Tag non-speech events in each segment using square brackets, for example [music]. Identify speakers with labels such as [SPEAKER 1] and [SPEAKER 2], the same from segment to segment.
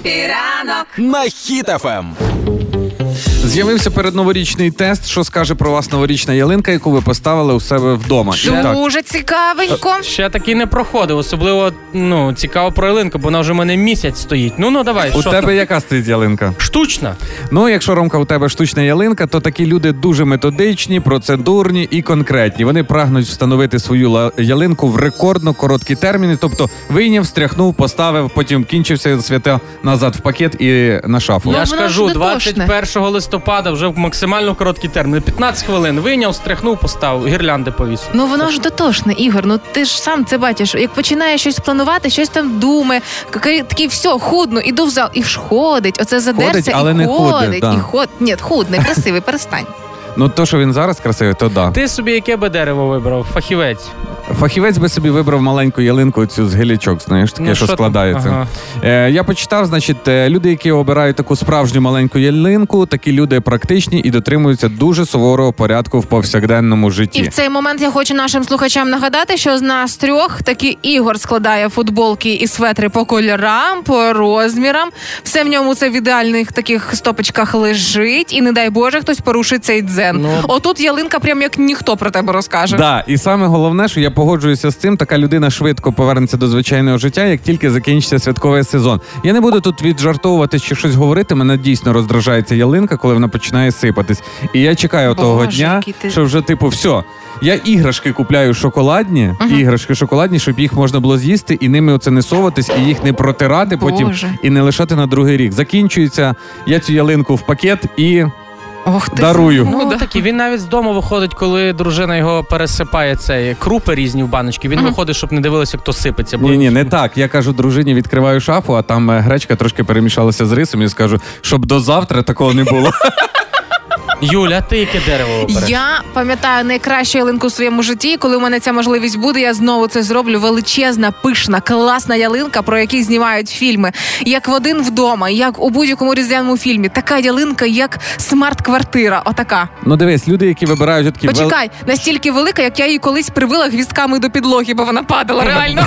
[SPEAKER 1] Епіранок.
[SPEAKER 2] на хітафем.
[SPEAKER 3] З'явився передноворічний тест, що скаже про вас новорічна ялинка, яку ви поставили у себе вдома. І так,
[SPEAKER 1] Дуже цікавенько.
[SPEAKER 4] Ще такий не проходив, особливо ну цікаво про ялинку, бо вона вже в мене місяць стоїть. Ну ну давай,
[SPEAKER 3] у
[SPEAKER 4] що
[SPEAKER 3] тебе
[SPEAKER 4] там?
[SPEAKER 3] яка стоїть ялинка?
[SPEAKER 4] штучна.
[SPEAKER 3] Ну, якщо Ромка, у тебе штучна ялинка, то такі люди дуже методичні, процедурні і конкретні. Вони прагнуть встановити свою ла- ялинку в рекордно короткі терміни. Тобто вийняв, стряхнув, поставив, потім кінчився свята назад в пакет і на шафу.
[SPEAKER 4] Я ж
[SPEAKER 1] воно ж
[SPEAKER 4] кажу,
[SPEAKER 1] дотошне.
[SPEAKER 4] 21 листопада вже в максимально короткий термін. 15 хвилин вийняв, стряхнув, поставив, гірлянди повісив.
[SPEAKER 1] Ну воно ж дотошне, Ігор. Ну ти ж сам це бачиш. Як починає щось планувати, щось там думає, какий- такий все, худно, іду в зал. І ж ходить. Оце задерся
[SPEAKER 3] Ходить, але
[SPEAKER 1] і
[SPEAKER 3] не
[SPEAKER 1] ходить.
[SPEAKER 3] худне, да.
[SPEAKER 1] І ход... Ні, худне, красивий, перестань.
[SPEAKER 3] Ну то, що він зараз красивий, то да.
[SPEAKER 4] Ти собі яке би дерево вибрав? Фахівець.
[SPEAKER 3] Фахівець би собі вибрав маленьку ялинку цю з гілячок, знаєш, таке,
[SPEAKER 4] Ну,
[SPEAKER 3] що
[SPEAKER 4] що там?
[SPEAKER 3] складається.
[SPEAKER 4] Ага.
[SPEAKER 3] Е, я почитав, значить, е, люди, які обирають таку справжню маленьку ялинку, такі люди практичні і дотримуються дуже суворого порядку в повсякденному житті.
[SPEAKER 1] І в цей момент я хочу нашим слухачам нагадати, що з нас трьох таки Ігор складає футболки і светри по кольорам, по розмірам. Все в ньому це в ідеальних таких стопочках лежить, і не дай Боже, хтось порушить цей дзен. Отут ялинка, прям як ніхто про тебе розкаже.
[SPEAKER 3] Ну. Да, і саме головне, що я погоджуюся з цим, така людина швидко повернеться до звичайного життя, як тільки закінчиться святковий сезон. Я не буду тут віджартовувати чи щось говорити. Мене дійсно роздражається ялинка, коли вона починає сипатись. І я чекаю
[SPEAKER 1] Боже,
[SPEAKER 3] того дня,
[SPEAKER 1] який ти-
[SPEAKER 3] що вже типу, все. Я іграшки купляю шоколадні, іграшки шоколадні, щоб їх можна було з'їсти і ними оце не соватись, і їх не протирати потім
[SPEAKER 1] Боже.
[SPEAKER 3] і не лишати на другий рік. Закінчується, я цю ялинку в пакет і
[SPEAKER 1] Ох ти.
[SPEAKER 3] дарую.
[SPEAKER 4] Ну,
[SPEAKER 1] Ну, да.
[SPEAKER 4] такі. Він навіть з дому виходить, коли дружина його пересипає цей крупи різні в баночки. Він виходить, щоб не дивилося, хто сипеться. Бо
[SPEAKER 3] Ні, ні, не так. Я кажу дружині, відкриваю шафу, а там е, гречка трошки перемішалася з рисом. І скажу, щоб до завтра такого не було.
[SPEAKER 4] Юля, ти яке дерево обереш?
[SPEAKER 1] Я пам'ятаю найкращу ялинку в своєму житті. і Коли у мене ця можливість буде, я знову це зроблю. Величезна, пишна, класна ялинка, про які знімають фільми. Як в один вдома, як у будь-якому різдвяному фільмі. Така ялинка, як смарт-квартира. Отака.
[SPEAKER 3] Ну дивись, люди, які вибирають отакі вел-
[SPEAKER 1] Почекай, настільки велика, як я її колись прибила гвістками до підлоги, бо вона падала реально.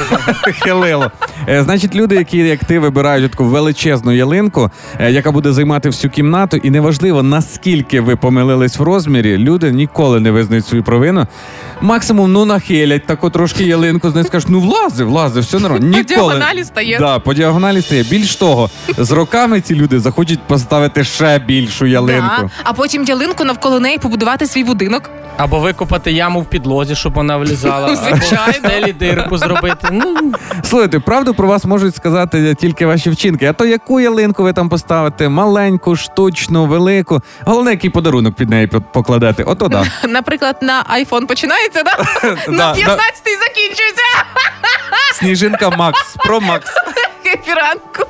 [SPEAKER 3] хилило. Е, Значить, люди, які як ти вибирають таку величезну ялинку, е, яка буде займати всю кімнату, і неважливо наскільки ви помилились в розмірі, люди ніколи не визнають свою провину. Максимум, ну нахилять таку трошки ялинку, з неї скажуть, ну влази, влази, все нормально.
[SPEAKER 1] По
[SPEAKER 3] Ніколи.
[SPEAKER 1] діагоналі стає.
[SPEAKER 3] Да, по діагоналі стає. Більш того, з роками ці люди захочуть поставити ще більшу ялинку.
[SPEAKER 1] Да. А потім ялинку навколо неї побудувати свій будинок.
[SPEAKER 4] Або викопати яму в підлозі, щоб вона влізала.
[SPEAKER 1] Ну, звичайно.
[SPEAKER 4] Або в стелі дирку зробити. Ну,
[SPEAKER 3] Слухайте, правду про вас можуть сказати тільки ваші вчинки. А то яку ялинку ви там поставите? Маленьку, штучну, велику. Головне, який подарунок під неї покладати. Ото да.
[SPEAKER 1] Наприклад, на iPhone починається, да?
[SPEAKER 3] Да,
[SPEAKER 1] На
[SPEAKER 3] да.
[SPEAKER 1] 15-й закінчується. [laughs]
[SPEAKER 3] Сніжинка Макс, про Макс.
[SPEAKER 1] Епіранку.